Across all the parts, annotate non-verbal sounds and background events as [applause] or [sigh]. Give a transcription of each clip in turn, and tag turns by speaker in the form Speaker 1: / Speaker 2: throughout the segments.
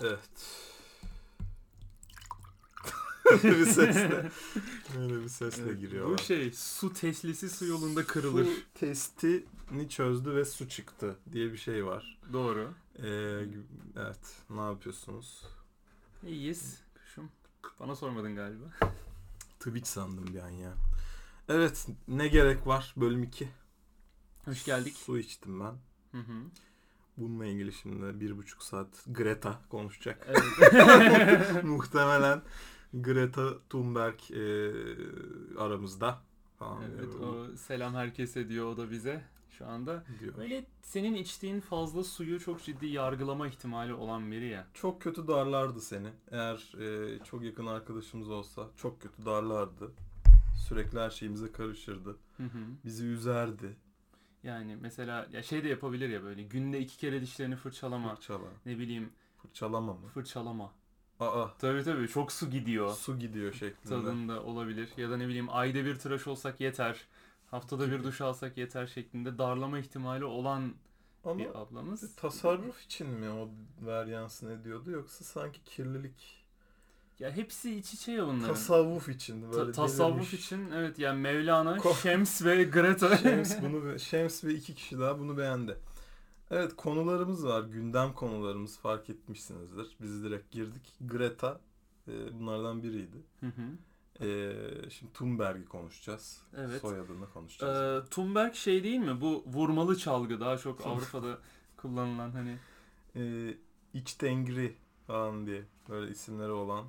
Speaker 1: Evet. [laughs] Böyle bir sesle. Böyle bir sesle
Speaker 2: Evet,
Speaker 1: giriyor.
Speaker 2: Bu şey su teslisi su yolunda kırılır.
Speaker 1: Su testini çözdü ve su çıktı diye bir şey var.
Speaker 2: Doğru.
Speaker 1: Ee, evet. Ne yapıyorsunuz?
Speaker 2: İyiyiz. Kuşum. Bana sormadın galiba. [laughs]
Speaker 1: Twitch sandım bir an ya. Evet. Ne gerek var? Bölüm 2.
Speaker 2: Hoş geldik.
Speaker 1: Su içtim ben.
Speaker 2: Hı hı.
Speaker 1: Bununla ilgili şimdi bir buçuk saat Greta konuşacak. [laughs]
Speaker 2: Evet.
Speaker 1: Muhtemelen Greta Thunberg e, aramızda falan
Speaker 2: evet
Speaker 1: diyor.
Speaker 2: o selam herkese diyor o da bize şu anda.
Speaker 1: diyor.
Speaker 2: Böyle senin içtiğin fazla suyu çok ciddi yargılama ihtimali olan biri ya.
Speaker 1: Çok kötü darlardı seni. Eğer e, çok yakın arkadaşımız olsa çok kötü darlardı. Sürekli her şeyimize karışırdı.
Speaker 2: Hı hı.
Speaker 1: Bizi üzerdi.
Speaker 2: Yani mesela ya şey de yapabilir ya böyle günde iki kere dişlerini fırçalama.
Speaker 1: Fırçala.
Speaker 2: Ne bileyim
Speaker 1: Fırçalama mı?
Speaker 2: fırçalama.
Speaker 1: Aa
Speaker 2: Tabii tabii çok su gidiyor.
Speaker 1: su gidiyor şeklinde.
Speaker 2: tadında olabilir. Ya da ne bileyim ayda bir tıraş olsak yeter. Haftada bir duş alsak yeter şeklinde darlama ihtimali olan
Speaker 1: Ama
Speaker 2: bir ablamız.
Speaker 1: tasarruf için mi o varyansın ediyordu yoksa sanki kirlilik
Speaker 2: Ya hepsi iç içe ya bunların.
Speaker 1: tasavvuf için
Speaker 2: Ta-
Speaker 1: böyle
Speaker 2: tasavvuf
Speaker 1: delirmiş.
Speaker 2: için evet yani Mevlana,
Speaker 1: Ko-
Speaker 2: Şems ve
Speaker 1: [laughs]
Speaker 2: Greta. [laughs]
Speaker 1: Şems bunu be- Şems ve iki kişi daha bunu beğendi. Evet konularımız var. Gündem konularımız fark etmişsinizdir. Biz direkt girdik. Greta e, bunlardan biriydi.
Speaker 2: Hı hı.
Speaker 1: E, şimdi Thunberg'i konuşacağız.
Speaker 2: Evet.
Speaker 1: Soyadını konuşacağız.
Speaker 2: Ee, Thunberg şey değil mi? Bu vurmalı çalgı daha çok Avrupa'da kullanılan hani.
Speaker 1: E, iç tengri falan diye böyle isimleri olan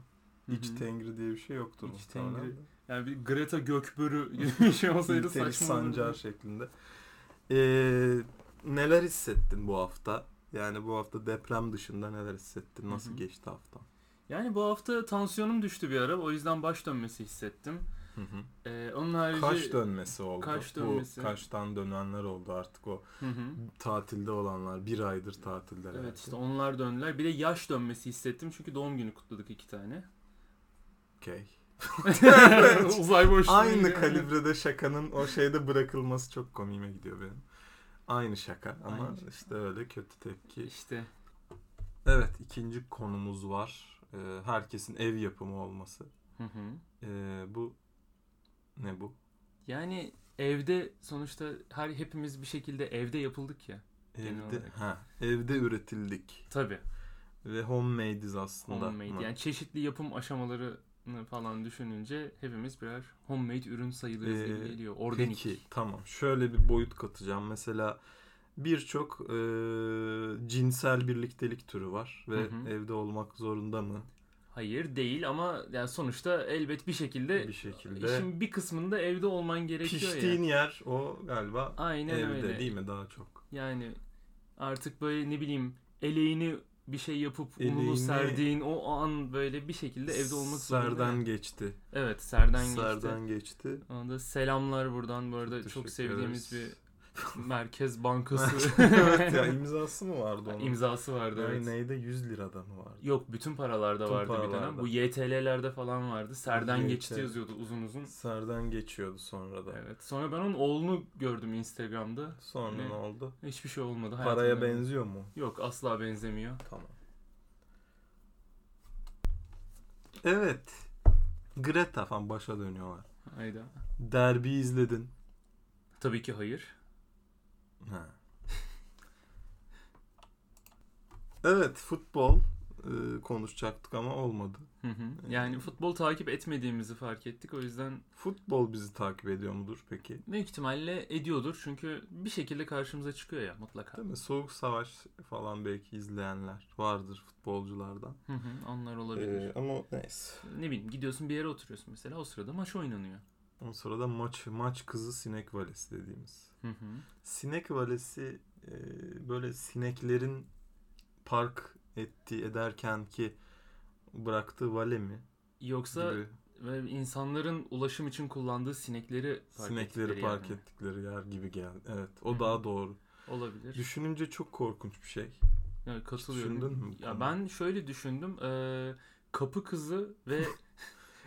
Speaker 2: Hı hı.
Speaker 1: iç tengri diye bir şey yoktur
Speaker 2: İç
Speaker 1: muhtemelen.
Speaker 2: tengri. [laughs] Yani bir Greta Gökbörü [laughs] gibi bir şey olsaydı
Speaker 1: İlteri
Speaker 2: saçma olurdu.
Speaker 1: Sancar şeklinde. E, neler hissettin bu hafta? Yani bu hafta deprem dışında neler hissettin? Nasıl
Speaker 2: Hı hı.
Speaker 1: geçti haftan?
Speaker 2: Yani bu hafta tansiyonum düştü bir ara. O yüzden baş dönmesi hissettim.
Speaker 1: Hı hı.
Speaker 2: Ee, onun harici...
Speaker 1: Kaş dönmesi oldu.
Speaker 2: Kaş
Speaker 1: Bu
Speaker 2: dönmesi.
Speaker 1: kaştan dönenler oldu artık o
Speaker 2: Hı hı.
Speaker 1: tatilde olanlar. Bir aydır tatilde.
Speaker 2: Evet işte onlar döndüler. Bir de yaş dönmesi hissettim çünkü doğum günü kutladık
Speaker 1: [laughs]
Speaker 2: iki tane. [laughs]
Speaker 1: Okey. [laughs]
Speaker 2: Uzay boşluğu.
Speaker 1: Aynı
Speaker 2: yani.
Speaker 1: kalibrede şakanın o şeyde bırakılması çok komiğime gidiyor benim. Aynı şaka ama
Speaker 2: Aynı şaka.
Speaker 1: işte öyle kötü tepki.
Speaker 2: İşte
Speaker 1: Evet ikinci konumuz var. Ee, herkesin ev yapımı olması.
Speaker 2: hı hı.
Speaker 1: Ee, bu ne bu?
Speaker 2: yani evde sonuçta her hepimiz bir şekilde evde yapıldık ya. Genel
Speaker 1: Evde,
Speaker 2: olarak.
Speaker 1: ha, evde üretildik.
Speaker 2: Tabii.
Speaker 1: Ve homemade'iz aslında.
Speaker 2: Homemade.
Speaker 1: Hı.
Speaker 2: Yani çeşitli yapım aşamalarını falan düşününce hepimiz birer homemade ürün sayılırız
Speaker 1: Ee,
Speaker 2: gibi geliyor. Organik.
Speaker 1: Peki tamam. Şöyle bir boyut katacağım. Mesela birçok e, cinsel birliktelik türü var ve
Speaker 2: Hı hı.
Speaker 1: evde olmak zorunda mı?
Speaker 2: Hayır değil ama yani sonuçta elbet bir şekilde
Speaker 1: Bir şekilde.
Speaker 2: işin bir kısmında evde olman gerekiyor
Speaker 1: Piştiğin
Speaker 2: ya.
Speaker 1: yer o galiba
Speaker 2: Aynen
Speaker 1: evde
Speaker 2: öyle.
Speaker 1: değil mi daha çok?
Speaker 2: Yani artık böyle ne bileyim eleğini bir şey yapıp
Speaker 1: Eleğini-
Speaker 2: ununu serdiğin o an böyle bir şekilde evde olmak zorunda.
Speaker 1: Serden geçti.
Speaker 2: Evet serden geçti.
Speaker 1: Serden geçti.
Speaker 2: Ona da selamlar buradan bu arada çok,
Speaker 1: Teşekkür
Speaker 2: sevdiğimiz bir
Speaker 1: ederiz. [laughs]
Speaker 2: Merkez Bankası
Speaker 1: evet ya
Speaker 2: [laughs]
Speaker 1: imzası mı vardı onun?
Speaker 2: imzası vardı.
Speaker 1: Ne-
Speaker 2: Evet.
Speaker 1: Neyde 100 lirada mı vardı?
Speaker 2: Yok bütün paralarda
Speaker 1: Bütün
Speaker 2: vardı bir dönem.
Speaker 1: paralarda.
Speaker 2: Bu YTL'lerde falan vardı. Serden
Speaker 1: YT.
Speaker 2: geçti yazıyordu uzun uzun.
Speaker 1: Serden geçiyordu sonra da.
Speaker 2: Evet. Sonra ben onun oğlunu gördüm Instagram'da.
Speaker 1: Sonra
Speaker 2: Ne?
Speaker 1: ne oldu?
Speaker 2: Hiçbir şey olmadı.
Speaker 1: Paraya
Speaker 2: hayatımda.
Speaker 1: benziyor mu?
Speaker 2: Yok asla benzemiyor.
Speaker 1: Tamam. Evet. Greta falan başa dönüyorlar.
Speaker 2: Hayda.
Speaker 1: Derbi izledin.
Speaker 2: Tabii ki hayır.
Speaker 1: Ha. [laughs] evet futbol e, konuşacaktık ama olmadı.
Speaker 2: Hı hı.
Speaker 1: Ee,
Speaker 2: Yani futbol takip etmediğimizi fark ettik. O yüzden
Speaker 1: Futbol bizi takip ediyor mudur peki?
Speaker 2: büyük ihtimalle ediyordur. Çünkü bir şekilde karşımıza çıkıyor ya mutlaka.
Speaker 1: Değil mi? Soğuk savaş falan belki izleyenler vardır futbolculardan.
Speaker 2: Hı hı. Onlar olabilir.
Speaker 1: E, ama neyse.
Speaker 2: Ee, Ne bileyim gidiyorsun bir yere oturuyorsun mesela. O sırada maç oynanıyor.
Speaker 1: Ondan sonra da maç maç kızı sinek valesi dediğimiz.
Speaker 2: Hı hı.
Speaker 1: Sinek valesi e, böyle sineklerin park ettiği ederken ki bıraktığı vale mi
Speaker 2: Yoksa
Speaker 1: gibi
Speaker 2: böyle insanların ulaşım için kullandığı sinekleri park
Speaker 1: sinekleri
Speaker 2: ettikleri
Speaker 1: park
Speaker 2: yani.
Speaker 1: ettikleri yer gibi geldi. Evet o
Speaker 2: Hı hı.
Speaker 1: daha doğru.
Speaker 2: Olabilir.
Speaker 1: Düşününce çok korkunç bir şey.
Speaker 2: Evet,
Speaker 1: Düşündün
Speaker 2: katılıyorum.
Speaker 1: mü bu
Speaker 2: Ya
Speaker 1: konuda?
Speaker 2: ben şöyle düşündüm. Ee, kapı kızı
Speaker 1: [laughs]
Speaker 2: ve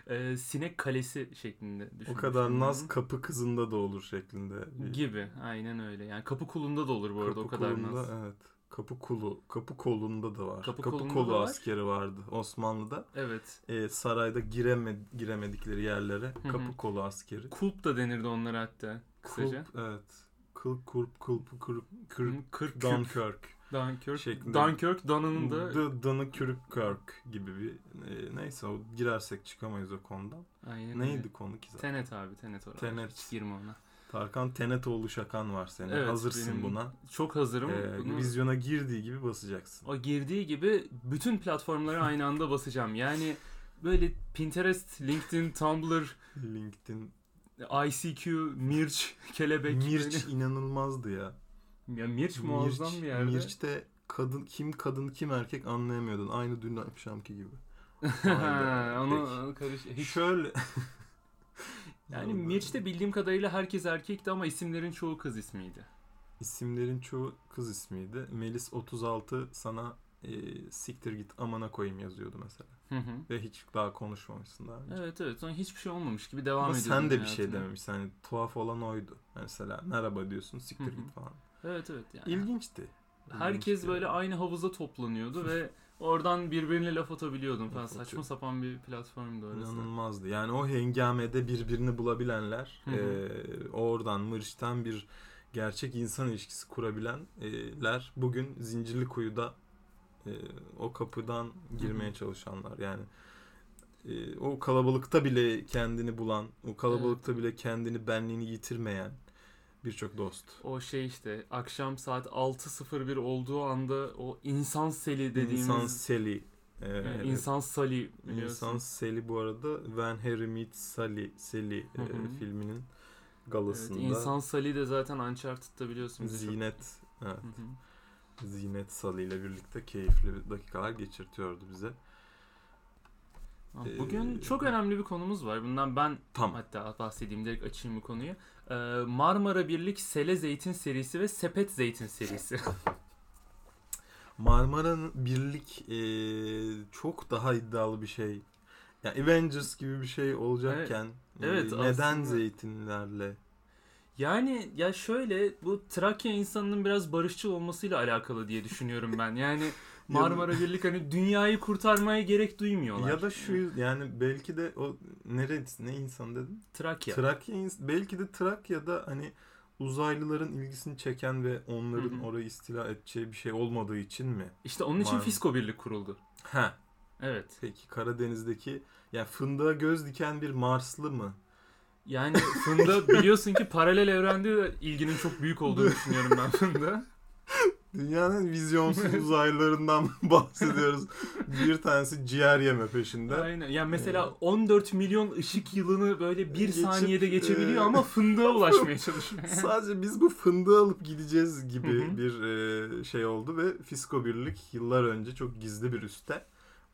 Speaker 2: e, sinek kalesi şeklinde düşünmüştüm.
Speaker 1: o kadar naz
Speaker 2: bunu.
Speaker 1: kapı kızında da olur şeklinde. bir-
Speaker 2: gibi. Aynen öyle. Yani kapı kulunda da olur bu arada
Speaker 1: Ee, kapı
Speaker 2: o kadar
Speaker 1: kolunda,
Speaker 2: naz.
Speaker 1: Evet. Kapı kulu, kapı kolunda da var.
Speaker 2: Kapı
Speaker 1: Kapı,
Speaker 2: kolunda
Speaker 1: kolu
Speaker 2: da var.
Speaker 1: askeri vardı Osmanlı'da.
Speaker 2: Evet.
Speaker 1: Ee, sarayda gireme, giremedikleri yerlere
Speaker 2: hı.
Speaker 1: kapı kolu askeri.
Speaker 2: Kulp da denirdi onlara hatta. Kısaca.
Speaker 1: Kulp, evet. Kıl kurp kulp kurp kürp
Speaker 2: Hı, Kırk küp.
Speaker 1: Dunkirk.
Speaker 2: Dunkirk.
Speaker 1: şeklinde.
Speaker 2: Dunkirk Dana'nın da
Speaker 1: The Dunkirk gibi bir e, neyse o girersek çıkamayız o konudan.
Speaker 2: Aynen öyle.
Speaker 1: Neydi konu ki zaten?
Speaker 2: Tenet abi Tenet orada.
Speaker 1: Tenet.
Speaker 2: Hiç girme ona.
Speaker 1: Tarkan Tenetoğlu şakan var senin.
Speaker 2: Evet,
Speaker 1: Hazırsın
Speaker 2: benim-
Speaker 1: buna.
Speaker 2: Çok hazırım.
Speaker 1: Ee,
Speaker 2: Bunu-
Speaker 1: Vizyona girdiği gibi basacaksın.
Speaker 2: O girdiği gibi bütün platformlara aynı anda basacağım. Yani böyle Pinterest, LinkedIn, Tumblr,
Speaker 1: LinkedIn.
Speaker 2: ICQ, Mirç, Kelebek.
Speaker 1: Mirç inanılmazdı ya.
Speaker 2: Yani- Ya Mirç muazzam bir yerde. [laughs]
Speaker 1: Mirç'te kadın kim kadın kim erkek anlayamıyordun. Aynı dün akşamki gibi. Aynen.
Speaker 2: onu,
Speaker 1: Peki.
Speaker 2: onu karış. Hiç-
Speaker 1: Şöyle
Speaker 2: Yani
Speaker 1: Aynen.
Speaker 2: Mirç'te bildiğim kadarıyla herkes erkekti ama isimlerin çoğu kız ismiydi.
Speaker 1: isimlerin çoğu kız ismiydi. Melis 36 sana e, siktir git amana koyayım yazıyordu mesela.
Speaker 2: Hı hı.
Speaker 1: Ve hiç daha konuşmamışsın daha önce.
Speaker 2: Evet evet. Sonra hiçbir şey olmamış gibi devam
Speaker 1: Ama
Speaker 2: ediyor.
Speaker 1: sen de bir şey dememişsin. Hani tuhaf olan oydu. Mesela merhaba diyorsun
Speaker 2: Hı
Speaker 1: siktir
Speaker 2: hı.
Speaker 1: git falan.
Speaker 2: Evet evet. Yani.
Speaker 1: İlginçti.
Speaker 2: Herkes
Speaker 1: İlginçti
Speaker 2: böyle
Speaker 1: yani.
Speaker 2: aynı havuza toplanıyordu
Speaker 1: [laughs]
Speaker 2: ve oradan birbirine laf atabiliyordun falan.
Speaker 1: Laf atıyor.
Speaker 2: Saçma sapan bir platformdu orası.
Speaker 1: İnanılmazdı. Yani o hengamede birbirini bulabilenler,
Speaker 2: Hı hı.
Speaker 1: eee, oradan mırçtan bir gerçek insan ilişkisi kurabilenler e, bugün Zincirli Kuyu'da eee, o kapıdan girmeye
Speaker 2: hı.
Speaker 1: çalışanlar. Yani eee, o kalabalıkta bile kendini bulan, o kalabalıkta bile kendini benliğini yitirmeyen birçok dost.
Speaker 2: O şey işte akşam saat 6.01 olduğu anda o insan seli dediğimiz
Speaker 1: İnsan Seli. eee,
Speaker 2: yani
Speaker 1: evet.
Speaker 2: insan sali biliyorsun.
Speaker 1: İnsan Sally bu arada Van Harry Meets Sally, Sally e,
Speaker 2: Hı hı.
Speaker 1: filminin
Speaker 2: Evet,
Speaker 1: galasında
Speaker 2: insan sali de zaten Uncharted'da biliyorsun. bize çok-
Speaker 1: Zinet evet,
Speaker 2: Hı hı.
Speaker 1: Zinet Sally ile birlikte keyifli dakikalar geçirtiyordu bize.
Speaker 2: Ha, Ah, Bugün
Speaker 1: Ee,
Speaker 2: çok önemli bir konumuz var. Bundan ben
Speaker 1: Tam
Speaker 2: hatta bahsedeyim direkt açayım bu konuyu. Ee, Marmara Birlik Sele Zeytin serisi ve Sepet
Speaker 1: [laughs]
Speaker 2: Zeytin serisi.
Speaker 1: Marmara'nın birlik e, çok daha iddialı bir şey. Yani Avengers gibi bir şey olacakken e,
Speaker 2: evet,
Speaker 1: neden
Speaker 2: aslında-
Speaker 1: zeytinlerle?
Speaker 2: Yani ya şöyle bu Trakya insanının biraz barışçıl olmasıyla alakalı diye düşünüyorum ben.
Speaker 1: [laughs]
Speaker 2: Yani Marmara Birlik hani dünyayı kurtarmaya gerek duymuyorlar.
Speaker 1: Ya da şu yüz- yani belki de o neresi ne insan dedim?
Speaker 2: Trakya.
Speaker 1: Trakya ins- belki de Trakya'da hani uzaylıların ilgisini çeken ve onların
Speaker 2: Hı hı.
Speaker 1: orayı istila edeceği bir şey olmadığı için mi?
Speaker 2: işte onun için
Speaker 1: Marmara.
Speaker 2: Fisko Birlik kuruldu.
Speaker 1: Ha,
Speaker 2: Evet.
Speaker 1: peki Karadeniz'deki yani fındığa göz diken bir Marslı mı?
Speaker 2: Yani Funda biliyorsun ki paralel evrende de ilginin çok
Speaker 1: [laughs]
Speaker 2: büyük olduğunu düşünüyorum ben Funda.
Speaker 1: Dünyanın
Speaker 2: [laughs]
Speaker 1: vizyonsuz uzaylılarından [laughs] bahsediyoruz. Bir tanesi ciğer yeme peşinde.
Speaker 2: Aynen. Yani mesela
Speaker 1: Evet.
Speaker 2: 14 milyon ışık yılını böyle bir
Speaker 1: e, Geçip,
Speaker 2: saniyede geçebiliyor
Speaker 1: e, [laughs]
Speaker 2: ama fındığa ulaşmaya çalışıyor.
Speaker 1: Sadece biz bu fındığı alıp gideceğiz gibi
Speaker 2: Hı hı.
Speaker 1: bir e, şey oldu ve Fisko Birlik yıllar önce çok gizli bir üste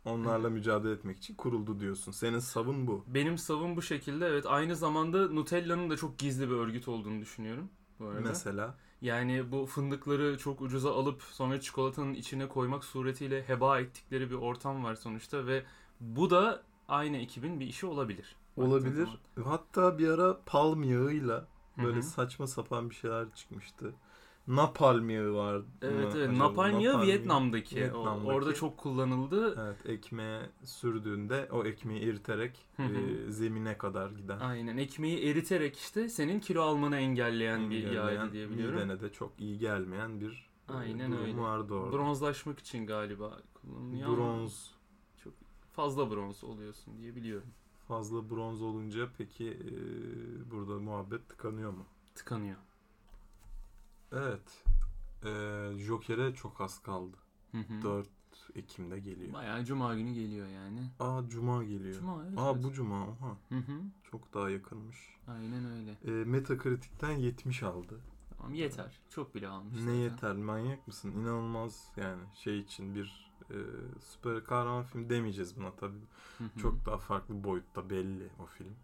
Speaker 1: onlarla mücadele etmek için kuruldu diyorsun. Senin savun bu.
Speaker 2: Benim savım bu şekilde. Evet aynı zamanda Nutella'nın da çok gizli bir örgüt olduğunu düşünüyorum. Bu arada.
Speaker 1: Mesela
Speaker 2: Yani bu fındıkları çok ucuza alıp sonra çikolatanın içine koymak suretiyle heba ettikleri bir ortam var sonuçta ve bu da aynı ekibin bir işi olabilir. Baktığın
Speaker 1: Olabilir.
Speaker 2: zaman.
Speaker 1: Hatta bir ara palm yağıyla
Speaker 2: Hı
Speaker 1: böyle
Speaker 2: hı.
Speaker 1: saçma sapan bir şeyler çıkmıştı. Napalm yağı var.
Speaker 2: Evet evet. Napalm yağı Vietnam'daki. O-
Speaker 1: Vietnam'daki.
Speaker 2: orada çok kullanıldı.
Speaker 1: Evet ekmeğe sürdüğünde o ekmeği eriterek
Speaker 2: Hı hı.
Speaker 1: e, zemine kadar giden.
Speaker 2: Aynen. Ekmeği eriterek işte senin kilo almanı engelleyen bir yağ
Speaker 1: engelleyen,
Speaker 2: diye biliyorum.
Speaker 1: Midene de çok iyi gelmeyen bir e,
Speaker 2: Aynen
Speaker 1: durum
Speaker 2: öyle.
Speaker 1: vardı orada.
Speaker 2: Bronzlaşmak için galiba kullanılıyor. ama
Speaker 1: Bronz.
Speaker 2: Fazla bronz oluyorsun diye biliyorum.
Speaker 1: Fazla bronz olunca peki e, burada muhabbet tıkanıyor mu?
Speaker 2: Tıkanıyor.
Speaker 1: Evet. E, Joker'e çok az kaldı.
Speaker 2: Hı hı.
Speaker 1: 4 Ekim'de geliyor.
Speaker 2: Bayağı cuma günü geliyor yani.
Speaker 1: Aa cuma geliyor.
Speaker 2: Cuma evet.
Speaker 1: Aa
Speaker 2: evet.
Speaker 1: bu cuma oha.
Speaker 2: Hı hı.
Speaker 1: Çok daha yakınmış.
Speaker 2: Aynen öyle.
Speaker 1: E, Metacritic'ten 70 aldı.
Speaker 2: Tamam yeter. Çok bile almış.
Speaker 1: Ne
Speaker 2: zaten.
Speaker 1: yeter manyak mısın? İnanılmaz yani şey için bir e, süper kahraman film demeyeceğiz buna tabii.
Speaker 2: Hı hı.
Speaker 1: Çok daha farklı boyutta belli o film.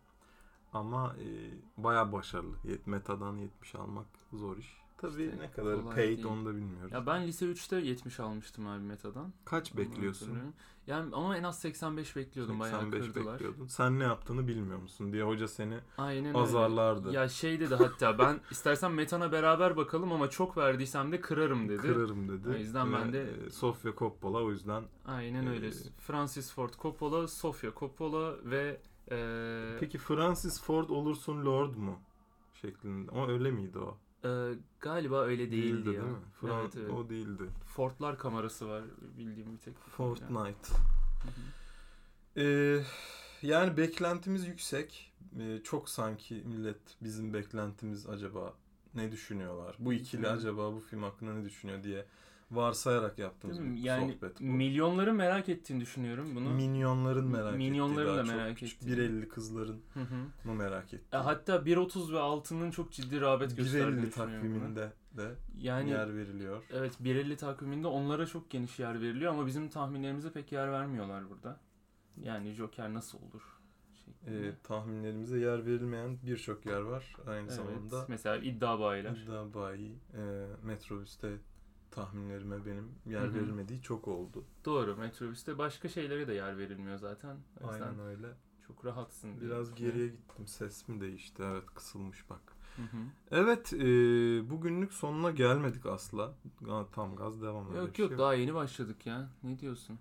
Speaker 1: Ama e, baya başarılı. Yet- Metadan 70 almak zor iş. tabii
Speaker 2: İşte
Speaker 1: ne kadar
Speaker 2: kolay
Speaker 1: paid
Speaker 2: değil.
Speaker 1: onu da bilmiyoruz.
Speaker 2: Ya ben lise 3'te 70 almıştım abi metadan.
Speaker 1: Kaç
Speaker 2: Onu
Speaker 1: bekliyorsun?
Speaker 2: hatırlıyorum. Yani ama en az 85 bekliyordum bayağı
Speaker 1: 85
Speaker 2: kırdılar.
Speaker 1: bekliyordun. Sen ne yaptığını bilmiyor musun diye hoca seni
Speaker 2: Aynen öyle.
Speaker 1: azarlardı.
Speaker 2: Ya şey dedi hatta ben istersen metana beraber bakalım ama çok verdiysem de kırarım dedi.
Speaker 1: Kırarım dedi.
Speaker 2: O yüzden ben de-
Speaker 1: e, Sofya Coppola o yüzden.
Speaker 2: Aynen öyle.
Speaker 1: Ee,
Speaker 2: Francis Ford Coppola, Sofia Coppola ve e,
Speaker 1: Peki Francis Ford olursun Lord mu? Şeklinde. Ama öyle miydi o?
Speaker 2: e, galiba öyle değildi, ya.
Speaker 1: değil mi? Fran-
Speaker 2: Evet, evet.
Speaker 1: O değildi.
Speaker 2: Fordlar kamerası var bildiğim bir tek. Yani.
Speaker 1: Fortnite.
Speaker 2: Hı hı.
Speaker 1: Ee, yani beklentimiz yüksek. Ee, çok sanki millet bizim beklentimiz acaba ne düşünüyorlar? Bu ikili
Speaker 2: Hı.
Speaker 1: acaba bu film hakkında ne düşünüyor diye varsayarak yaptığımız
Speaker 2: Değil
Speaker 1: bir
Speaker 2: mi? Yani
Speaker 1: sohbet bu.
Speaker 2: milyonları merak ettiğini düşünüyorum bunu.
Speaker 1: Minyonların merak
Speaker 2: Minyonların
Speaker 1: ettiği
Speaker 2: da
Speaker 1: daha çok
Speaker 2: merak
Speaker 1: küçük
Speaker 2: ettiği.
Speaker 1: 1.50 kızların
Speaker 2: Hı hı.
Speaker 1: mı merak ettiği?
Speaker 2: E, hatta 1.30 ve altının çok ciddi rağbet gösterdiğini
Speaker 1: 1.50
Speaker 2: düşünüyorum. ben.
Speaker 1: takviminde de
Speaker 2: Yani
Speaker 1: yer veriliyor.
Speaker 2: evet 1.50 takviminde onlara çok geniş yer veriliyor ama bizim tahminlerimize pek yer vermiyorlar burada. Yani Joker nasıl olur? şeklinde.
Speaker 1: Ee, tahminlerimize yer verilmeyen birçok yer var. Aynı
Speaker 2: evet.
Speaker 1: zamanda
Speaker 2: Mesela iddia bayiler.
Speaker 1: İddia bayi e, metrobüste tahminlerime benim yer
Speaker 2: Hı hı.
Speaker 1: verilmediği çok oldu.
Speaker 2: Doğru. Metrobüste başka şeylere de yer verilmiyor zaten. O yüzden
Speaker 1: Aynen öyle.
Speaker 2: çok rahatsın. diye
Speaker 1: Biraz
Speaker 2: düşünüyorum.
Speaker 1: geriye gittim. Ses mi değişti? Evet kısılmış bak.
Speaker 2: Hı hı.
Speaker 1: Evet e, bugünlük sonuna gelmedik asla. Ga- Tam gaz devam. öyle bir
Speaker 2: Yok
Speaker 1: şey
Speaker 2: yok daha yeni başladık ya. Ne diyorsun?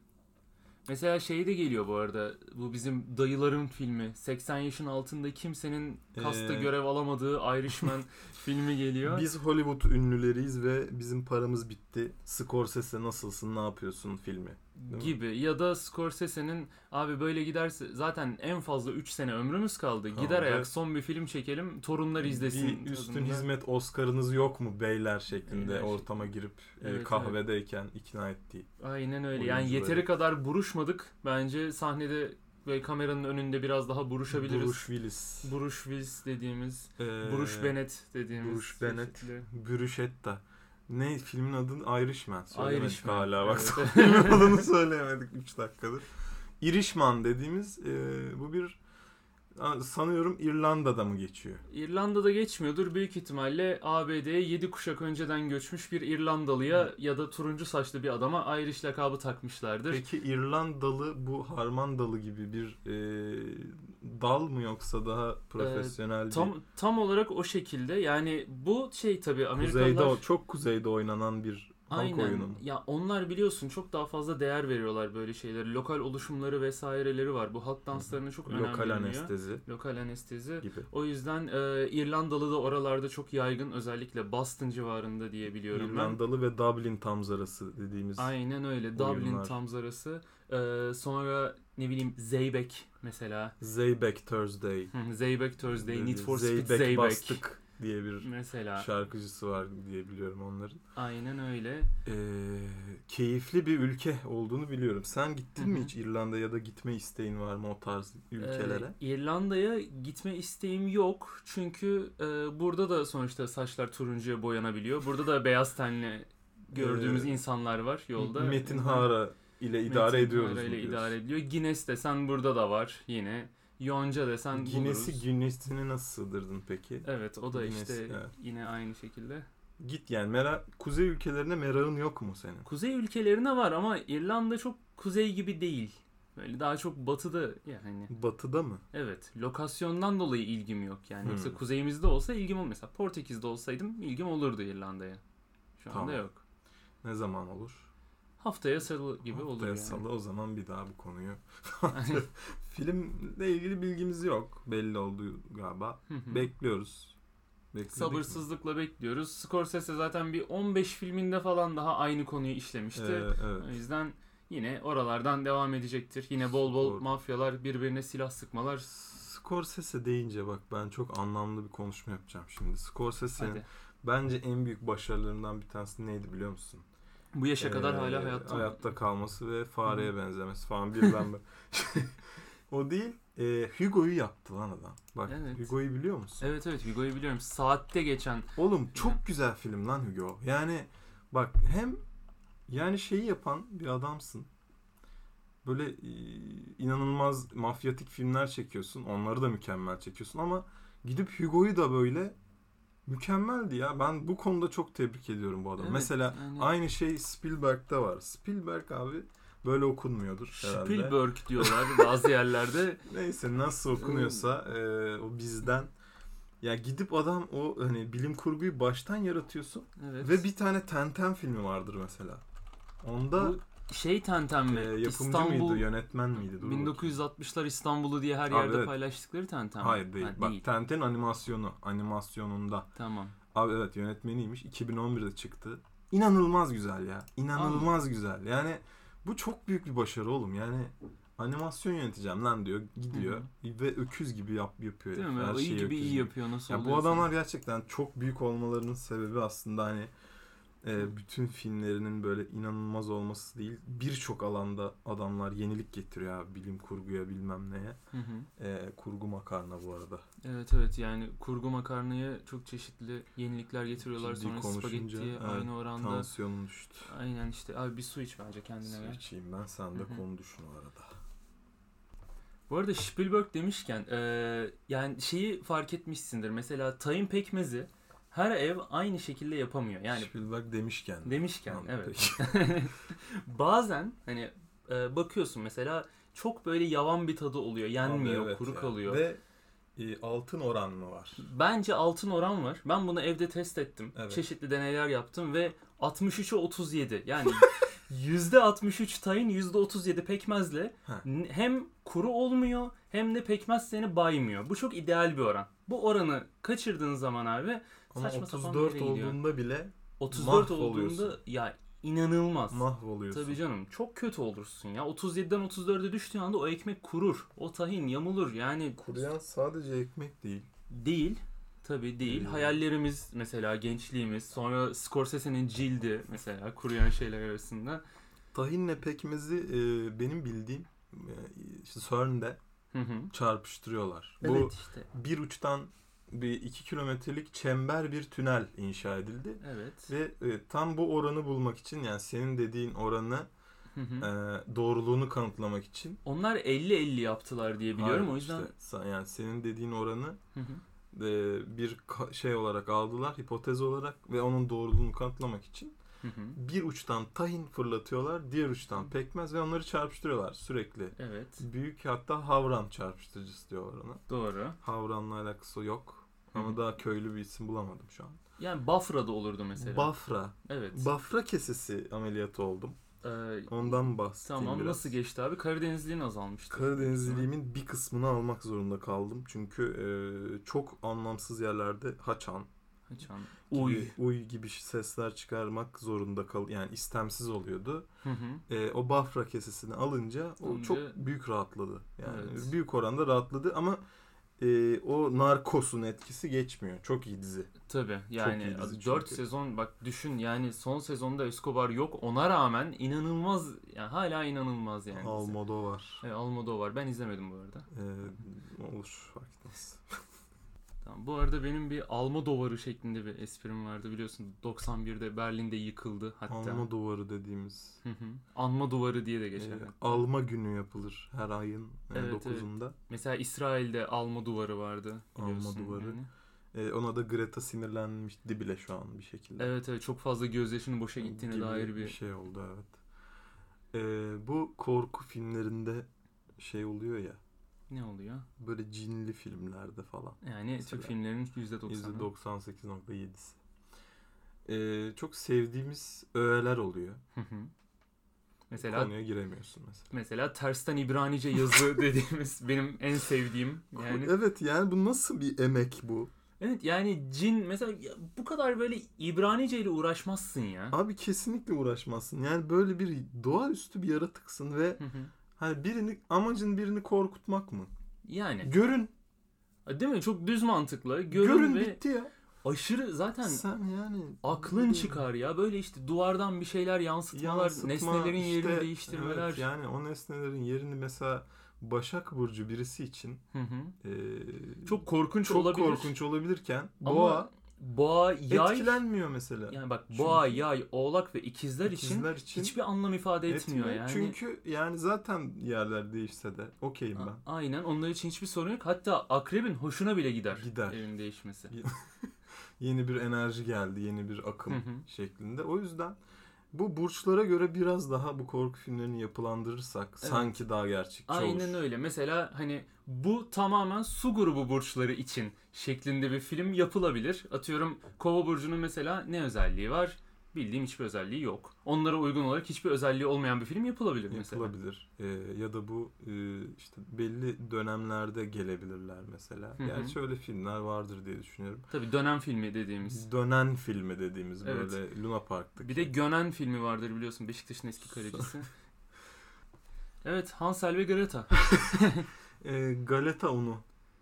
Speaker 2: Mesela şey de geliyor bu arada. Bu bizim dayıların filmi. 80 yaşın altında kimsenin kasta
Speaker 1: Ee,
Speaker 2: görev alamadığı Irishman [laughs] filmi geliyor.
Speaker 1: Biz Hollywood ünlüleriyiz ve bizim paramız bitti. Scorsese nasılsın ne yapıyorsun filmi. mi?
Speaker 2: gibi ya da Scorsese'nin abi böyle giderse zaten en fazla 3 sene ömrümüz kaldı.
Speaker 1: Tamam,
Speaker 2: Gider
Speaker 1: ve-
Speaker 2: ayak son bir film çekelim. Torunlar izlesin.
Speaker 1: Bir üstün
Speaker 2: tadında.
Speaker 1: hizmet Oscar'ınız yok mu beyler şeklinde
Speaker 2: Beyler
Speaker 1: ortama girip e,
Speaker 2: Evet,
Speaker 1: kahvedeyken ikna ettiği.
Speaker 2: Aynen öyle. Yani
Speaker 1: Oyuncuları.
Speaker 2: yeteri kadar buruşmadık. Bence sahnede ve kameranın önünde biraz daha buruşabiliriz.
Speaker 1: Bruce Willis.
Speaker 2: Buruş Wills dediğimiz
Speaker 1: Ee,
Speaker 2: Buruş Bennett dediğimiz
Speaker 1: Buruş Bennett.
Speaker 2: çeşitli-
Speaker 1: Brüşetta. Ne filmin adı Irishman. Söylemedik
Speaker 2: Irishman,
Speaker 1: hala bak.
Speaker 2: evet.
Speaker 1: [laughs] Filmin adını söyleyemedik 3 dakikadır. Irishman dediğimiz e, bu bir a- sanıyorum İrlanda'da mı geçiyor?
Speaker 2: İrlanda'da geçmiyordur büyük ihtimalle ABD'ye 7 kuşak önceden göçmüş bir İrlandalıya ya da turuncu saçlı bir adama Irish lakabı takmışlardır.
Speaker 1: Peki İrlandalı bu harman dalı gibi bir e, dal mı yoksa daha profesyonel bir
Speaker 2: Tam tam olarak o şekilde yani bu şey tabii
Speaker 1: kuzeyde
Speaker 2: Amerikalılar
Speaker 1: o- çok kuzeyde oynanan bir halk
Speaker 2: aynen
Speaker 1: oyunu mu?
Speaker 2: ya onlar biliyorsun çok daha fazla değer veriyorlar böyle şeylere lokal oluşumları vesaireleri var bu halk danslarına çok önem
Speaker 1: Lokal
Speaker 2: veriliyor.
Speaker 1: anestezi
Speaker 2: lokal anestezi
Speaker 1: gibi.
Speaker 2: o yüzden e, İrlandalı da oralarda çok yaygın özellikle Boston civarında diye biliyorum ben.
Speaker 1: İrlandalı ve Dublin tamzarası dediğimiz
Speaker 2: Aynen öyle.
Speaker 1: Oyunlar.
Speaker 2: Dublin Tamzarası. Ee, sonra ne bileyim Zeybek mesela.
Speaker 1: Zeybek Thursday.
Speaker 2: Hı, Zeybek Thursday, Need for Speed
Speaker 1: Zeybek
Speaker 2: Zeybek.
Speaker 1: Bastık diye bir
Speaker 2: Mesela.
Speaker 1: şarkıcısı var diye biliyorum onların.
Speaker 2: Aynen öyle.
Speaker 1: Ee, keyifli bir ülke olduğunu biliyorum. Sen gittin mi
Speaker 2: Hı hı.
Speaker 1: hiç İrlanda'ya da gitme isteğin var mı o tarz ülkelere?
Speaker 2: Ee, İrlanda'ya gitme isteğim yok. Çünkü e, burada da sonuçta saçlar turuncuya boyanabiliyor. Burada da beyaz tenli gördüğümüz
Speaker 1: Ee,
Speaker 2: insanlar var yolda.
Speaker 1: Metin
Speaker 2: Ben-
Speaker 1: Hara ile idare
Speaker 2: Metin
Speaker 1: ediyoruz
Speaker 2: Hara
Speaker 1: mu
Speaker 2: ile
Speaker 1: diyorsun?
Speaker 2: idare ediliyor. Guinness desen burada da var yine. Yonca desen
Speaker 1: Guinness'i
Speaker 2: buluruz.
Speaker 1: Guinness'ini nasıl sığdırdın peki?
Speaker 2: Evet o da
Speaker 1: Guinness,
Speaker 2: işte
Speaker 1: evet.
Speaker 2: yine aynı şekilde.
Speaker 1: Git yani merak, kuzey ülkelerine merakın yok mu senin?
Speaker 2: Kuzey ülkelerine var ama İrlanda çok kuzey gibi değil. Böyle daha çok batıda yani.
Speaker 1: Batıda mı?
Speaker 2: Evet, lokasyondan dolayı ilgim yok yani. Yoksa
Speaker 1: Hmm.
Speaker 2: kuzeyimizde olsa ilgim ol. Mesela Portekiz'de olsaydım ilgim olurdu İrlanda'ya. Şu anda
Speaker 1: Tamam.
Speaker 2: yok.
Speaker 1: Ne zaman olur?
Speaker 2: Haftaya salı gibi olur
Speaker 1: Haftaya
Speaker 2: yani.
Speaker 1: Salı o zaman bir daha bu konuyu. [laughs] Filmle ilgili bilgimiz yok. Belli oldu galiba.
Speaker 2: Hı hı.
Speaker 1: Bekliyoruz. Bekledik mi?
Speaker 2: Sabırsızlıkla bekliyoruz. Scorsese zaten bir 15 filminde falan daha aynı konuyu
Speaker 1: Ee,
Speaker 2: işlemişti.
Speaker 1: evet.
Speaker 2: O yüzden yine oralardan devam edecektir. Yine bol bol
Speaker 1: Doğru.
Speaker 2: mafyalar birbirine silah sıkmalar.
Speaker 1: Scorsese deyince bak ben çok anlamlı bir konuşma yapacağım şimdi. Scorsese'nin
Speaker 2: Hadi.
Speaker 1: bence en büyük başarılarından bir tanesi neydi biliyor musun?
Speaker 2: Bu yaşa kadar
Speaker 1: Ee,
Speaker 2: hala hayatta.
Speaker 1: hayatta kalması ve fareye benzemesi falan birden böyle.
Speaker 2: [laughs]
Speaker 1: o değil. e, Hugo'yu yaptı lan adam. Bak
Speaker 2: Evet.
Speaker 1: Hugo'yu biliyor musun?
Speaker 2: Evet evet Hugo'yu biliyorum. Saatte geçen.
Speaker 1: Oğlum çok güzel film lan Hugo. Yani bak hem yani şeyi yapan bir adamsın. Böyle e, inanılmaz mafyatik filmler çekiyorsun. Onları da mükemmel çekiyorsun ama gidip Hugo'yu da böyle Mükemmeldi ya. Ben bu konuda çok tebrik ediyorum bu adamı. Mesela
Speaker 2: yani
Speaker 1: aynı şey Spielberg'de var. Spielberg abi böyle okunmuyordur şey herhalde.
Speaker 2: Spielberg diyorlar
Speaker 1: [laughs]
Speaker 2: bazı yerlerde.
Speaker 1: Neyse nasıl okunuyorsa e, o bizden. Ya gidip adam o hani bilim kurguyu baştan yaratıyorsun.
Speaker 2: Evet.
Speaker 1: Ve bir tane Tenten filmi vardır mesela. Onda
Speaker 2: Bu şey tenten mi?
Speaker 1: e, yapımcı
Speaker 2: İstanbul
Speaker 1: mıydı, yönetmen miydi? Dur
Speaker 2: 1960'lar İstanbul'u diye her
Speaker 1: Abi
Speaker 2: yerde
Speaker 1: evet.
Speaker 2: paylaştıkları tenten mi?
Speaker 1: bakayım. Hayır değil.
Speaker 2: Ha,
Speaker 1: Bak Tenten animasyonu. Animasyonunda.
Speaker 2: Tamam.
Speaker 1: Abi evet yönetmeniymiş. 2011'de çıktı. İnanılmaz güzel ya. İnanılmaz güzel. Yani bu çok büyük bir başarı oğlum. Yani animasyon yöneteceğim lan diyor. Gidiyor. Ve öküz gibi yap, yapıyor.
Speaker 2: Değil
Speaker 1: herif.
Speaker 2: mi?
Speaker 1: Her
Speaker 2: iyi
Speaker 1: şeyi
Speaker 2: gibi
Speaker 1: öküz
Speaker 2: iyi yapıyor nasıl
Speaker 1: Ya bu
Speaker 2: oluyorsa.
Speaker 1: adamlar gerçekten çok büyük olmalarının sebebi aslında hani e, bütün filmlerinin böyle inanılmaz olması değil. Birçok alanda adamlar yenilik getiriyor abi. Bilim kurguya bilmem neye.
Speaker 2: Hı hı.
Speaker 1: E, kurgu makarna bu arada.
Speaker 2: Evet evet yani kurgu makarnaya çok çeşitli yenilikler getiriyorlar
Speaker 1: Ciddi
Speaker 2: sonra
Speaker 1: konuşunca,
Speaker 2: spagettiye
Speaker 1: evet,
Speaker 2: aynı oranda.
Speaker 1: Tansiyonum düştü.
Speaker 2: Aynen işte abi bir su iç bence kendine
Speaker 1: Su
Speaker 2: ver.
Speaker 1: içeyim ben sen de
Speaker 2: Hı hı.
Speaker 1: konu düşün o arada.
Speaker 2: Bu arada Spielberg demişken eee, yani şeyi fark etmişsindir. Mesela tayin pekmezi her ev aynı şekilde yapamıyor. Yani
Speaker 1: Spielberg demişken.
Speaker 2: demişken
Speaker 1: Tamam,
Speaker 2: evet.
Speaker 1: peki.
Speaker 2: Bazen hani e, bakıyorsun mesela çok böyle yavan bir tadı oluyor. Yenmiyor,
Speaker 1: Abi evet
Speaker 2: kuru
Speaker 1: ya.
Speaker 2: kalıyor.
Speaker 1: Ve e, altın oran mı var?
Speaker 2: Bence altın oran var. Ben bunu evde test ettim.
Speaker 1: Evet.
Speaker 2: Çeşitli deneyler yaptım ve 63'e 37.
Speaker 1: [laughs]
Speaker 2: Yani %63 tayin, %37 pekmezle
Speaker 1: Ha.
Speaker 2: n- hem kuru olmuyor hem de pekmez seni baymıyor. Bu çok ideal bir oran. Bu oranı kaçırdığın zaman abi
Speaker 1: Ama
Speaker 2: Saçma sapan
Speaker 1: 34
Speaker 2: bir yere gidiyor.
Speaker 1: olduğunda bile
Speaker 2: 34 olduğunda
Speaker 1: Mahvoluyorsun.
Speaker 2: ya inanılmaz.
Speaker 1: mahvoluyorsun.
Speaker 2: Tabii canım çok kötü olursun ya. 37'den 34'e düştüğü anda o ekmek kurur. O tahin yamulur yani
Speaker 1: Kuruyan sadece ekmek değil.
Speaker 2: değil. Tabii değil.
Speaker 1: Ee,
Speaker 2: Hayallerimiz mesela gençliğimiz sonra Scorsese'nin cildi mesela kuruyan şeyler arasında.
Speaker 1: Tahinle pekmezi e, benim bildiğim e, işte CERN'de
Speaker 2: Hı hı.
Speaker 1: çarpıştırıyorlar.
Speaker 2: Evet işte.
Speaker 1: Bu bir uçtan bir 2 kilometrelik çember bir tünel inşa edildi.
Speaker 2: Evet.
Speaker 1: Ve e, tam bu oranı bulmak için yani senin dediğin oranı
Speaker 2: Hı hı.
Speaker 1: e, doğruluğunu kanıtlamak için
Speaker 2: Onlar 50-50 yaptılar diye biliyorum
Speaker 1: Hayır,
Speaker 2: o yüzden.
Speaker 1: işte sen- yani senin dediğin oranı
Speaker 2: Hı hı.
Speaker 1: e, bir ka- şey olarak aldılar, hipotez olarak ve onun doğruluğunu kanıtlamak için
Speaker 2: Hı hı.
Speaker 1: bir uçtan tahin fırlatıyorlar, diğer uçtan pekmez ve onları çarpıştırıyorlar sürekli.
Speaker 2: Evet.
Speaker 1: Büyük hatta havran çarpıştırıcısı diyorlar ona.
Speaker 2: Doğru.
Speaker 1: Havranla alakası yok.
Speaker 2: Hı
Speaker 1: Ama
Speaker 2: hı.
Speaker 1: daha köylü bir isim bulamadım şu an.
Speaker 2: Yani Bafra'da olurdu mesela.
Speaker 1: Bafra.
Speaker 2: evet.
Speaker 1: Bafra kesesi ameliyatı oldum.
Speaker 2: Ee,
Speaker 1: Ondan bahsedeyim
Speaker 2: tamam
Speaker 1: biraz.
Speaker 2: nasıl geçti abi? Karadenizliğin azalmıştı.
Speaker 1: Karadenizliliğimin bir kısmını almak zorunda kaldım. Çünkü e, çok anlamsız yerlerde haçan,
Speaker 2: Haçan.
Speaker 1: uy,
Speaker 2: Uy.
Speaker 1: uy gibi sesler çıkarmak zorunda kal yani istemsiz oluyordu.
Speaker 2: Hı hı.
Speaker 1: E, o Bafra kesesini alınca o
Speaker 2: Alınca-
Speaker 1: çok büyük rahatladı. Yani
Speaker 2: Evet.
Speaker 1: büyük oranda rahatladı ama e, o narkosun etkisi geçmiyor. Çok iyi dizi.
Speaker 2: Tabii yani
Speaker 1: iyi dizi
Speaker 2: 4
Speaker 1: çünkü.
Speaker 2: sezon bak düşün yani son sezonda Escobar yok ona rağmen inanılmaz yani hala inanılmaz yani. Almodo
Speaker 1: Almodovar.
Speaker 2: E, Almodovar ben izlemedim bu arada.
Speaker 1: E, olur fark etmez.
Speaker 2: Tamam, bu arada benim bir Almodovar'ı şeklinde bir esprim vardı biliyorsun 91'de Berlin'de yıkıldı hatta.
Speaker 1: Alma duvarı dediğimiz.
Speaker 2: Hı hı. Anma duvarı diye de
Speaker 1: e,
Speaker 2: geçer.
Speaker 1: alma günü yapılır her ayın e,
Speaker 2: Evet, evet.
Speaker 1: 9'unda.
Speaker 2: Mesela İsrail'de alma duvarı vardı.
Speaker 1: Alma
Speaker 2: biliyorsun
Speaker 1: duvarı.
Speaker 2: yani.
Speaker 1: E, ona da Greta sinirlenmişti bile şu an bir şekilde.
Speaker 2: Evet evet çok fazla gözyaşının boşa gittiğine
Speaker 1: Gibi
Speaker 2: dair bir
Speaker 1: şey oldu evet. E, bu korku filmlerinde şey oluyor ya.
Speaker 2: ne oluyor?
Speaker 1: Böyle cinli filmlerde falan.
Speaker 2: Yani Türk
Speaker 1: Mesela.
Speaker 2: filmlerinin %90'ı.
Speaker 1: %98.7'si. E, çok sevdiğimiz öğeler oluyor.
Speaker 2: Hı hı. Mesela
Speaker 1: Konuya giremiyorsun mesela.
Speaker 2: Mesela tersten
Speaker 1: [laughs]
Speaker 2: İbranice yazı dediğimiz benim en sevdiğim. Yani
Speaker 1: Evet yani bu nasıl bir emek bu?
Speaker 2: evet yani cin mesela ya bu kadar böyle İbranice ile
Speaker 1: [laughs]
Speaker 2: uğraşmazsın ya.
Speaker 1: Abi kesinlikle uğraşmazsın. Yani böyle bir doğaüstü bir yaratıksın ve
Speaker 2: Hı hı.
Speaker 1: hani birini amacın birini korkutmak mı?
Speaker 2: yani
Speaker 1: Görün.
Speaker 2: değil mi? Çok düz mantıklı. Görün,
Speaker 1: Görün,
Speaker 2: ve
Speaker 1: bitti ya.
Speaker 2: aşırı zaten
Speaker 1: Sen yani
Speaker 2: aklın çıkar ya. Böyle işte duvardan bir şeyler yansıtmalar,
Speaker 1: Yansıtma,
Speaker 2: nesnelerin yerini
Speaker 1: işte,
Speaker 2: değiştirmeler.
Speaker 1: evet, yani o nesnelerin yerini mesela Başak Burcu birisi için
Speaker 2: Hı hı.
Speaker 1: e,
Speaker 2: Çok korkunç
Speaker 1: çok
Speaker 2: olabilir.
Speaker 1: korkunç olabilirken
Speaker 2: Ama
Speaker 1: boğa
Speaker 2: boğa, yay
Speaker 1: etkilenmiyor mesela.
Speaker 2: yani bak
Speaker 1: Çünkü-
Speaker 2: boğa, yay, oğlak ve ikizler, için,
Speaker 1: İkizler için
Speaker 2: hiçbir anlam ifade etmiyor, yani.
Speaker 1: Çünkü yani zaten yerler değişse de okeyim
Speaker 2: A-
Speaker 1: ben.
Speaker 2: Aynen onlar için hiçbir sorun yok. Hatta akrebin hoşuna bile gider.
Speaker 1: Gider.
Speaker 2: Evin değişmesi.
Speaker 1: yeni bir enerji geldi, yeni bir akım
Speaker 2: Hı hı.
Speaker 1: şeklinde. O yüzden bu burçlara göre biraz daha bu korku filmlerini yapılandırırsak sanki daha gerçekçi olur.
Speaker 2: Aynen öyle. Mesela hani bu tamamen su grubu burçları için şeklinde bir film yapılabilir. Atıyorum kova burcunun mesela ne özelliği var? Bildiğim hiçbir özelliği yok. Onlara uygun olarak hiçbir özelliği olmayan bir film yapılabilir mesela.
Speaker 1: yapılabilir. Ee, ya da bu e, işte belli dönemlerde gelebilirler mesela.
Speaker 2: Hı hı.
Speaker 1: Gerçi öyle filmler vardır diye düşünüyorum.
Speaker 2: Tabii dönem filmi dediğimiz.
Speaker 1: Dönen filmi dediğimiz
Speaker 2: Evet.
Speaker 1: böyle Luna Park'taki.
Speaker 2: Bir de Gönen filmi vardır biliyorsun Beşiktaş'ın eski kalecisi. evet Hansel ve Greta.
Speaker 1: Ee, galeta unu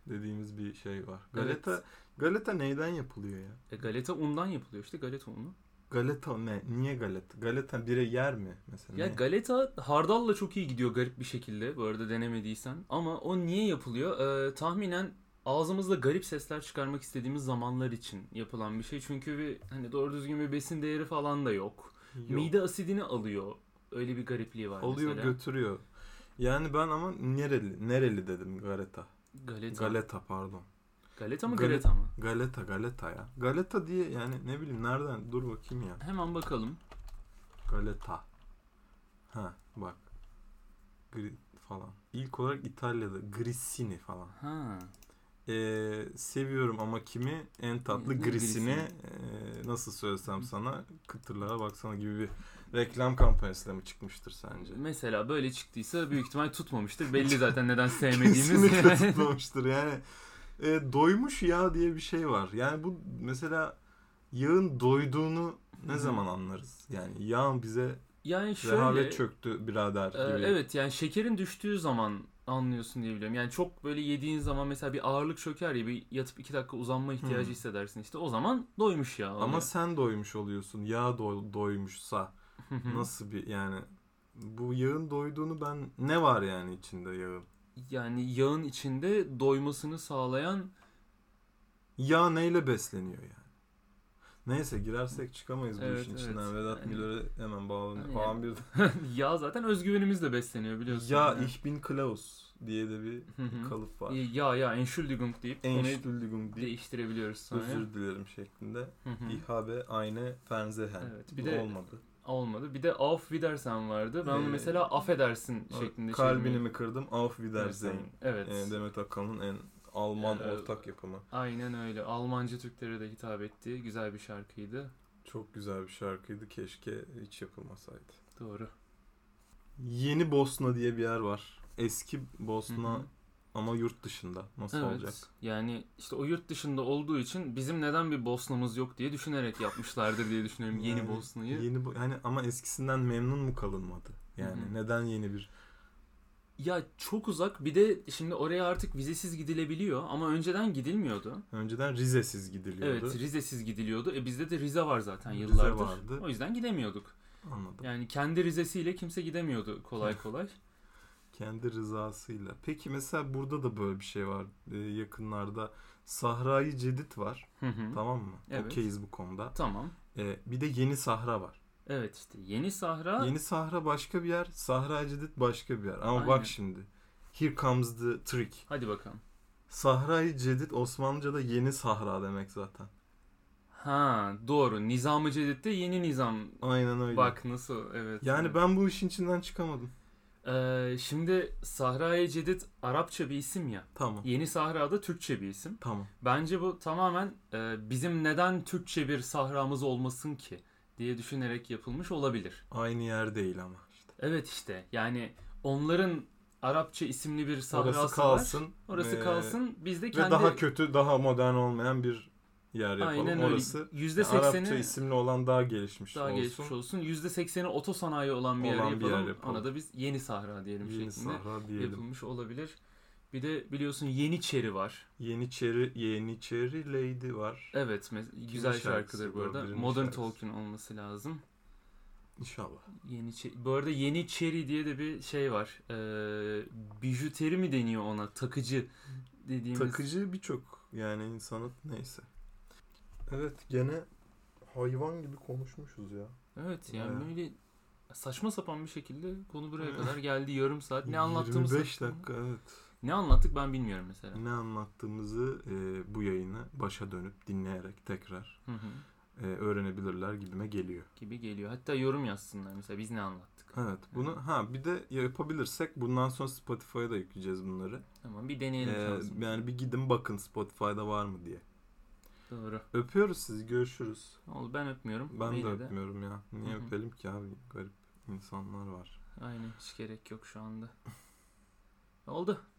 Speaker 1: dediğimiz bir şey var. Galeta
Speaker 2: Evet.
Speaker 1: galeta neyden yapılıyor ya?
Speaker 2: E, galeta undan yapılıyor işte galeta unu.
Speaker 1: Galeta ne? Niye galeta? Galeta bire yer mi mesela?
Speaker 2: Ya
Speaker 1: Ne?
Speaker 2: galeta hardalla çok iyi gidiyor garip bir şekilde bu arada denemediysen. Ama o niye yapılıyor? Ee, tahminen ağzımızda garip sesler çıkarmak istediğimiz zamanlar için yapılan bir şey. Çünkü bir hani doğru düzgün bir besin değeri falan da yok.
Speaker 1: Yok.
Speaker 2: Mide asidini alıyor. Öyle bir garipliği var
Speaker 1: alıyor
Speaker 2: mesela.
Speaker 1: götürüyor. Yani ben ama nereli nereli dedim galeta.
Speaker 2: galeta.
Speaker 1: Galeta pardon.
Speaker 2: galeta mı
Speaker 1: Gale-
Speaker 2: galeta mı?
Speaker 1: Galeta galeta ya. Galeta diye yani ne bileyim nereden dur bakayım ya.
Speaker 2: Hemen bakalım.
Speaker 1: Galeta. Ha bak. Gri falan. İlk olarak İtalya'da Grissini falan.
Speaker 2: Ha.
Speaker 1: Ee, seviyorum ama kimi en tatlı
Speaker 2: Ne-
Speaker 1: Grissini ee, nasıl söylesem sana kıtırlara baksana gibi bir reklam kampanyası da mı çıkmıştır sence?
Speaker 2: Mesela böyle çıktıysa büyük ihtimal tutmamıştır. Belli
Speaker 1: [laughs]
Speaker 2: zaten neden sevmediğimiz. [laughs]
Speaker 1: Kesinlikle tutmamıştır yani. e, doymuş yağ diye bir şey var. Yani bu mesela yağın doyduğunu ne
Speaker 2: Hı.
Speaker 1: zaman anlarız? Yani yağın bize
Speaker 2: yani şöyle.
Speaker 1: rehavet çöktü birader
Speaker 2: Ee,
Speaker 1: gibi.
Speaker 2: Evet yani şekerin düştüğü zaman anlıyorsun diye biliyorum. Yani çok böyle yediğin zaman mesela bir ağırlık çöker ya bir yatıp iki dakika uzanma ihtiyacı
Speaker 1: Hmm.
Speaker 2: hissedersin işte. O zaman doymuş ya. Hani
Speaker 1: Ama
Speaker 2: [laughs]
Speaker 1: sen doymuş oluyorsun. Yağ do- doymuşsa
Speaker 2: Hı hı.
Speaker 1: nasıl bir yani bu yağın doyduğunu ben ne var yani içinde yağın?
Speaker 2: Yani yağın içinde doymasını sağlayan [laughs]
Speaker 1: Yağ neyle besleniyor yani? Neyse girersek çıkamayız bu
Speaker 2: Evet,
Speaker 1: işin
Speaker 2: evet.
Speaker 1: içinden. Vedat
Speaker 2: Yani-
Speaker 1: Milor'e hemen bağlanıyor.
Speaker 2: Yani-
Speaker 1: Falan bir
Speaker 2: yağ zaten özgüvenimizle besleniyor biliyorsun.
Speaker 1: Ya
Speaker 2: Yani.
Speaker 1: ich bin Klaus diye de bir
Speaker 2: Hı hı.
Speaker 1: kalıp var.
Speaker 2: Ee, Ya ya Entschuldigung deyip onu
Speaker 1: Enstüldügum deyip
Speaker 2: değiştirebiliyoruz sonra.
Speaker 1: özür dilerim şeklinde.
Speaker 2: Hı hı.
Speaker 1: İhabe aynı fenzehen.
Speaker 2: Evet, bir
Speaker 1: bir
Speaker 2: de-
Speaker 1: de olmadı.
Speaker 2: Olmadı. Bir de auf wiedersen vardı. Ben onu
Speaker 1: Ee,
Speaker 2: mesela affedersin şeklinde
Speaker 1: Kalbini
Speaker 2: çevirmeyi-
Speaker 1: mi kırdım? Auf wiedersehen.
Speaker 2: Evet.
Speaker 1: Ee, Demet Akalın en Alman
Speaker 2: Ee,
Speaker 1: ortak yapımı.
Speaker 2: Aynen öyle. Almanca Türklere de hitap ettiği güzel bir şarkıydı.
Speaker 1: Çok güzel bir şarkıydı. Keşke hiç yapılmasaydı.
Speaker 2: Doğru.
Speaker 1: Yeni Bosna diye bir yer var. Eski Bosna
Speaker 2: Hı hı.
Speaker 1: ama yurt dışında. Nasıl
Speaker 2: evet.
Speaker 1: olacak?
Speaker 2: Yani işte o yurt dışında olduğu için bizim neden bir Bosna'mız yok diye düşünerek yapmışlardır diye düşünüyorum yeni
Speaker 1: Yani
Speaker 2: Bosna'yı.
Speaker 1: Yeni Bo- yani ama eskisinden memnun mu kalınmadı? Yani
Speaker 2: Hı hı.
Speaker 1: neden yeni bir
Speaker 2: Ya çok uzak. Bir de şimdi oraya artık vizesiz gidilebiliyor ama önceden gidilmiyordu.
Speaker 1: Önceden Rize'siz gidiliyordu.
Speaker 2: Evet, Rize'siz gidiliyordu. E bizde de Rize var zaten
Speaker 1: Rize
Speaker 2: yıllardır.
Speaker 1: vardı.
Speaker 2: O yüzden gidemiyorduk.
Speaker 1: Anladım.
Speaker 2: Yani kendi Rize'siyle kimse gidemiyordu kolay kolay.
Speaker 1: Kendi rızasıyla. Peki mesela burada da böyle bir şey var. Ee, yakınlarda Sahra'yı Cedid var.
Speaker 2: Hı hı.
Speaker 1: Tamam mı?
Speaker 2: Evet.
Speaker 1: Okeyiz bu konuda.
Speaker 2: Tamam.
Speaker 1: Ee, bir de Yeni Sahra var.
Speaker 2: Evet işte Yeni Sahra
Speaker 1: Yeni Sahra başka bir yer. Sahra Cedid başka bir yer. Ama
Speaker 2: Aynen.
Speaker 1: bak şimdi. Here comes the trick.
Speaker 2: hadi bakalım.
Speaker 1: Sahra-i Cedid Osmanlıca'da Yeni Sahra demek zaten.
Speaker 2: Ha doğru. Nizam-ı Cedid'de yeni nizam.
Speaker 1: Aynen öyle.
Speaker 2: Bak nasıl evet.
Speaker 1: Yani
Speaker 2: evet.
Speaker 1: ben bu işin içinden çıkamadım.
Speaker 2: Ee, şimdi Sahra-i Cedid Arapça bir isim ya.
Speaker 1: Tamam.
Speaker 2: Yeni Sahra da Türkçe bir isim.
Speaker 1: Tamam.
Speaker 2: Bence bu tamamen e, bizim neden Türkçe bir sahramız olmasın ki diye düşünerek yapılmış olabilir.
Speaker 1: Aynı yer değil ama. işte.
Speaker 2: Evet işte yani onların Arapça isimli bir sahrası
Speaker 1: Orası
Speaker 2: kalsın.
Speaker 1: kalsın.
Speaker 2: Orası
Speaker 1: ee,
Speaker 2: kalsın. Biz de
Speaker 1: Ve
Speaker 2: kendi
Speaker 1: daha kötü, daha modern olmayan bir yer yapalım.
Speaker 2: Aynen öyle.
Speaker 1: Orası
Speaker 2: Yüzde
Speaker 1: yani Arapça
Speaker 2: sekseni
Speaker 1: isimli olan daha gelişmiş
Speaker 2: daha
Speaker 1: olsun.
Speaker 2: gelişmiş olsun. Yüzde sekseni oto sanayi olan bir, yer,
Speaker 1: Olan
Speaker 2: yapalım.
Speaker 1: bir yer yapalım.
Speaker 2: Ona da biz yeni sahra diyelim
Speaker 1: Yeni
Speaker 2: şeklinde
Speaker 1: Sahra diyelim.
Speaker 2: yapılmış olabilir. Bir de biliyorsun Yeniçeri var.
Speaker 1: Yeniçeri, Yeniçeri Lady var.
Speaker 2: Evet me- güzel
Speaker 1: şarkısı
Speaker 2: şarkıdır bu
Speaker 1: bu?
Speaker 2: arada.
Speaker 1: Birinin
Speaker 2: Modern
Speaker 1: şarkısı.
Speaker 2: Talking olması lazım.
Speaker 1: İnşallah.
Speaker 2: Yeniçeri. Bu arada Yeniçeri diye de bir şey var. Ee, bijuteri mi deniyor ona? Takıcı dediğimiz.
Speaker 1: Takıcı birçok yani insanı neyse. Evet gene hayvan gibi konuşmuşuz ya.
Speaker 2: Evet yani
Speaker 1: Bayağı.
Speaker 2: böyle
Speaker 1: [laughs]
Speaker 2: saçma sapan bir şekilde konu buraya kadar geldi. Yarım saat. Ne anlattığımız
Speaker 1: 25
Speaker 2: hakkında-
Speaker 1: dakika evet.
Speaker 2: Ne anlattık ben bilmiyorum mesela.
Speaker 1: Ne anlattığımızı e, bu yayını başa dönüp dinleyerek tekrar
Speaker 2: Hı hı.
Speaker 1: e, öğrenebilirler gibime geliyor.
Speaker 2: Gibi geliyor. Hatta yorum yazsınlar mesela biz ne anlattık.
Speaker 1: Evet bunu ha bir de yapabilirsek bundan sonra Spotify'a da yükleyeceğiz bunları.
Speaker 2: Tamam bir deneyelim.
Speaker 1: E,
Speaker 2: şansımızı.
Speaker 1: yani bir gidin bakın Spotify'da var mı diye.
Speaker 2: Doğru.
Speaker 1: Öpüyoruz sizi görüşürüz.
Speaker 2: Ol ben öpmüyorum.
Speaker 1: Ben
Speaker 2: Yine
Speaker 1: de öpmüyorum ya. Niye
Speaker 2: Hı hı.
Speaker 1: öpelim ki abi? Garip insanlar var.
Speaker 2: Aynen hiç gerek yok şu anda. [laughs] Oldu.